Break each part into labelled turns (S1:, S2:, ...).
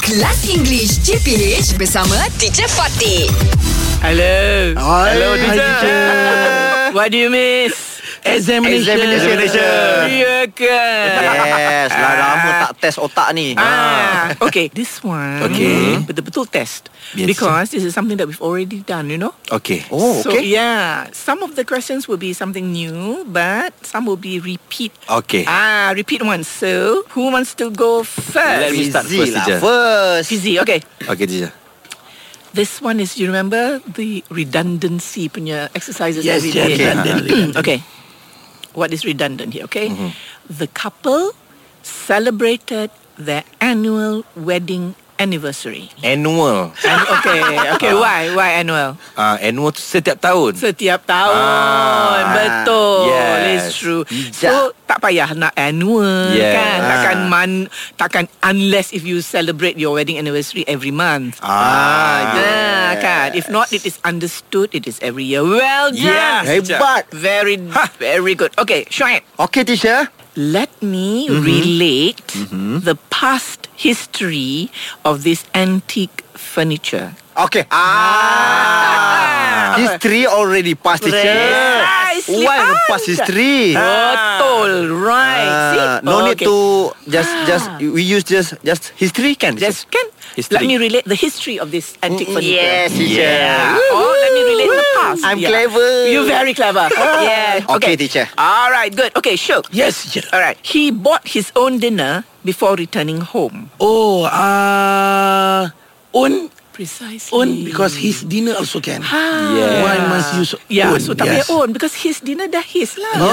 S1: Kelas English CPH bersama Teacher Fatih.
S2: Hello.
S3: Hi,
S2: Hello,
S3: hi,
S2: teacher.
S3: teacher.
S2: What do you miss?
S3: Examination.
S2: Examination. Ya ke?
S3: Yes Dah lama tak test otak ni Ha.
S2: Ah, okay. This one.
S4: Okay.
S2: Betul-betul test.
S4: Yes.
S2: Because this is something that we've already done, you know?
S4: Okay.
S3: Oh
S2: so,
S3: okay
S2: yeah, some of the questions will be something new, but some will be repeat.
S4: Okay.
S2: Ah, repeat ones. So, who wants to go
S4: Let
S2: first?
S4: me start
S3: Easy
S4: first,
S3: lah
S4: teacher.
S3: first
S2: Fizzy, okay.
S4: Okay, teacher.
S2: This one is, you remember the redundancy punya exercises that
S3: Yes,
S2: we
S3: yes,
S2: did?
S3: redundant,
S2: okay. What is redundant here, okay?
S3: Mm-hmm.
S2: The couple celebrated their annual wedding anniversary.
S4: Annual.
S2: And, okay, okay, why? Why annual?
S4: Ah, annual tu setiap tahun.
S2: Setiap tahun. betul.
S4: Ah, yes.
S2: It's true.
S3: Bijak.
S2: So, tak payah nak annual
S4: Yeah.
S2: kan?
S4: Ah.
S2: Takkan man, takkan unless if you celebrate your wedding anniversary every month.
S4: Ah.
S2: Ah, kan. If not, it is understood. It is every year. Well done.
S4: Yeah.
S3: Hebat
S2: Very,
S4: Ha.
S2: very good. Okay, Shoaib.
S3: Okay teacher
S2: Let me
S4: Mm-hmm.
S2: relate the past history of this antique furniture.
S3: Okay
S5: Ah.
S3: ah. History already past teacher
S2: Precisely.
S3: One
S2: Ah,
S3: past history
S2: Betul, right. See?
S3: Ah, No need
S2: Okay.
S3: to Just just We use just Just history can teacher?
S2: Just can
S4: History.
S2: let me relate the history of this antique furniture.
S3: Yes teacher
S2: Yeah. Or let me relate the past.
S3: I'm
S2: Yeah.
S3: clever. Ah.
S2: You're very clever. yeah.
S3: Okay, teacher.
S2: All right, good. Okay, sure.
S4: Yes, teacher.
S2: All right. He bought his own dinner before returning home.
S5: Oh, uh, own
S2: Precisely.
S5: own because his dinner also can.
S4: Yeah.
S5: Why must use
S2: Yeah,
S5: own?
S2: Ah. Ya, so tak payah own because his dinner dah his lah. So,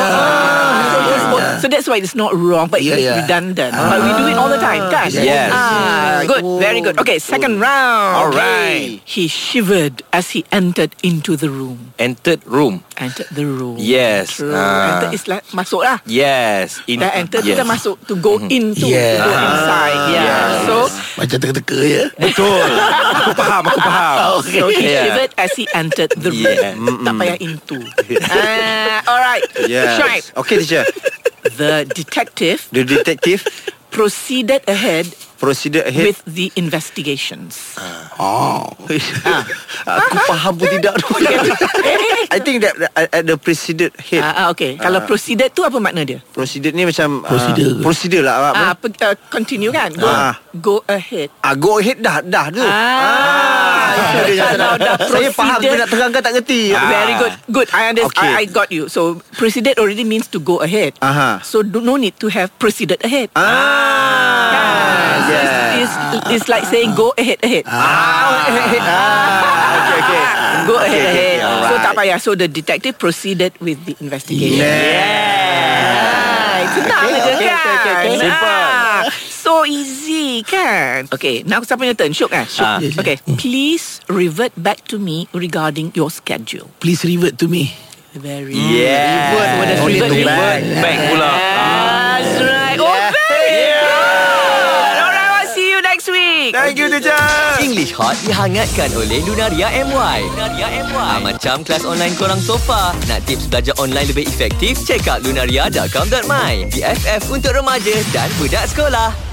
S2: his own. so that's why it's not wrong but
S5: Yeah,
S2: it's
S5: yeah.
S2: redundant. But we do it all the time, kan?
S4: Ah. Yes.
S2: Ah,
S3: Yeah.
S2: good, very good. Okay, second round.
S4: All
S3: right.
S2: He shivered as he entered into the room.
S4: Entered room.
S2: Entered the room.
S4: Yes.
S2: True.
S4: Ah.
S2: Enter is like masuk lah.
S4: Yes. In-
S2: Dah enter
S4: yes.
S2: kita
S4: Mm-hmm.
S2: masuk to go into,
S5: Yeah.
S2: to go inside. Yeah. So,
S5: Macam teka-teka ya.
S4: Betul. aku faham, aku faham.
S2: so he
S4: Yeah.
S2: shivered as he entered the room.
S4: Yeah.
S2: Tak payah into. Ah, all right.
S3: Yes.
S2: Right.
S3: Okay teacher
S2: The detective
S3: The detective
S2: proceeded ahead
S3: Proceeded ahead
S2: with the investigations.
S3: Ah. Aku
S2: Ah.
S3: faham pun tidak tu. I think that that- at the proceeded head
S2: Ah, ah, okay. Kalau proceeded tu apa makna dia?
S3: Proceeded ni macam
S5: Proceeded
S3: uh,
S5: ke?
S3: Proceeded lah apa?
S2: Ah, pe- uh, continue kan? Go,
S3: Ah.
S2: go ahead.
S3: Ah, go ahead dah dah tu.
S2: Ah,
S3: itu
S2: so
S3: dia yang
S2: kalau
S3: saya nak-
S2: dah
S3: saya faham
S2: proceeded-
S3: tapi nak terangkan tak ngerti.
S2: Very good. Good. I understand.
S3: Ah. Okay.
S2: I, I got you. So proceeded already means to go ahead.
S3: Aha.
S2: So do, no need to have proceeded ahead.
S3: Ah.
S2: Ah, so it's,
S3: Yes.
S2: it's, it's like saying go ahead ahead.
S3: Ah. ah. Okay okay.
S2: Go ahead
S3: okay,
S2: ahead.
S3: okay, alright.
S2: So tak payah. So the detective proceeded with the investigation. Right. Senang
S3: Okay,
S2: je
S3: okay,
S2: kan?
S3: okay, okay, okay.
S2: Simple. So easy kan? Okay, now siapa punya turn? Syuk kan? Syuk.
S4: Ah.
S2: Okay, please revert back to me regarding your schedule.
S5: Please revert to me.
S2: Very
S4: Yeah.
S3: Revert
S2: Oh, that's
S3: Only
S2: revert,
S3: to
S2: revert.
S3: back.
S4: Back pula.
S2: That's right. Oh, very good. All right, I'll see you next week.
S3: Thank you teacher.
S6: English Hot dihangatkan oleh Lunaria MY. Lunaria MY. Ha, macam kelas online korang sofa. Nak tips belajar online lebih efektif? Check out lunaria.com.my. BFF untuk remaja dan budak sekolah.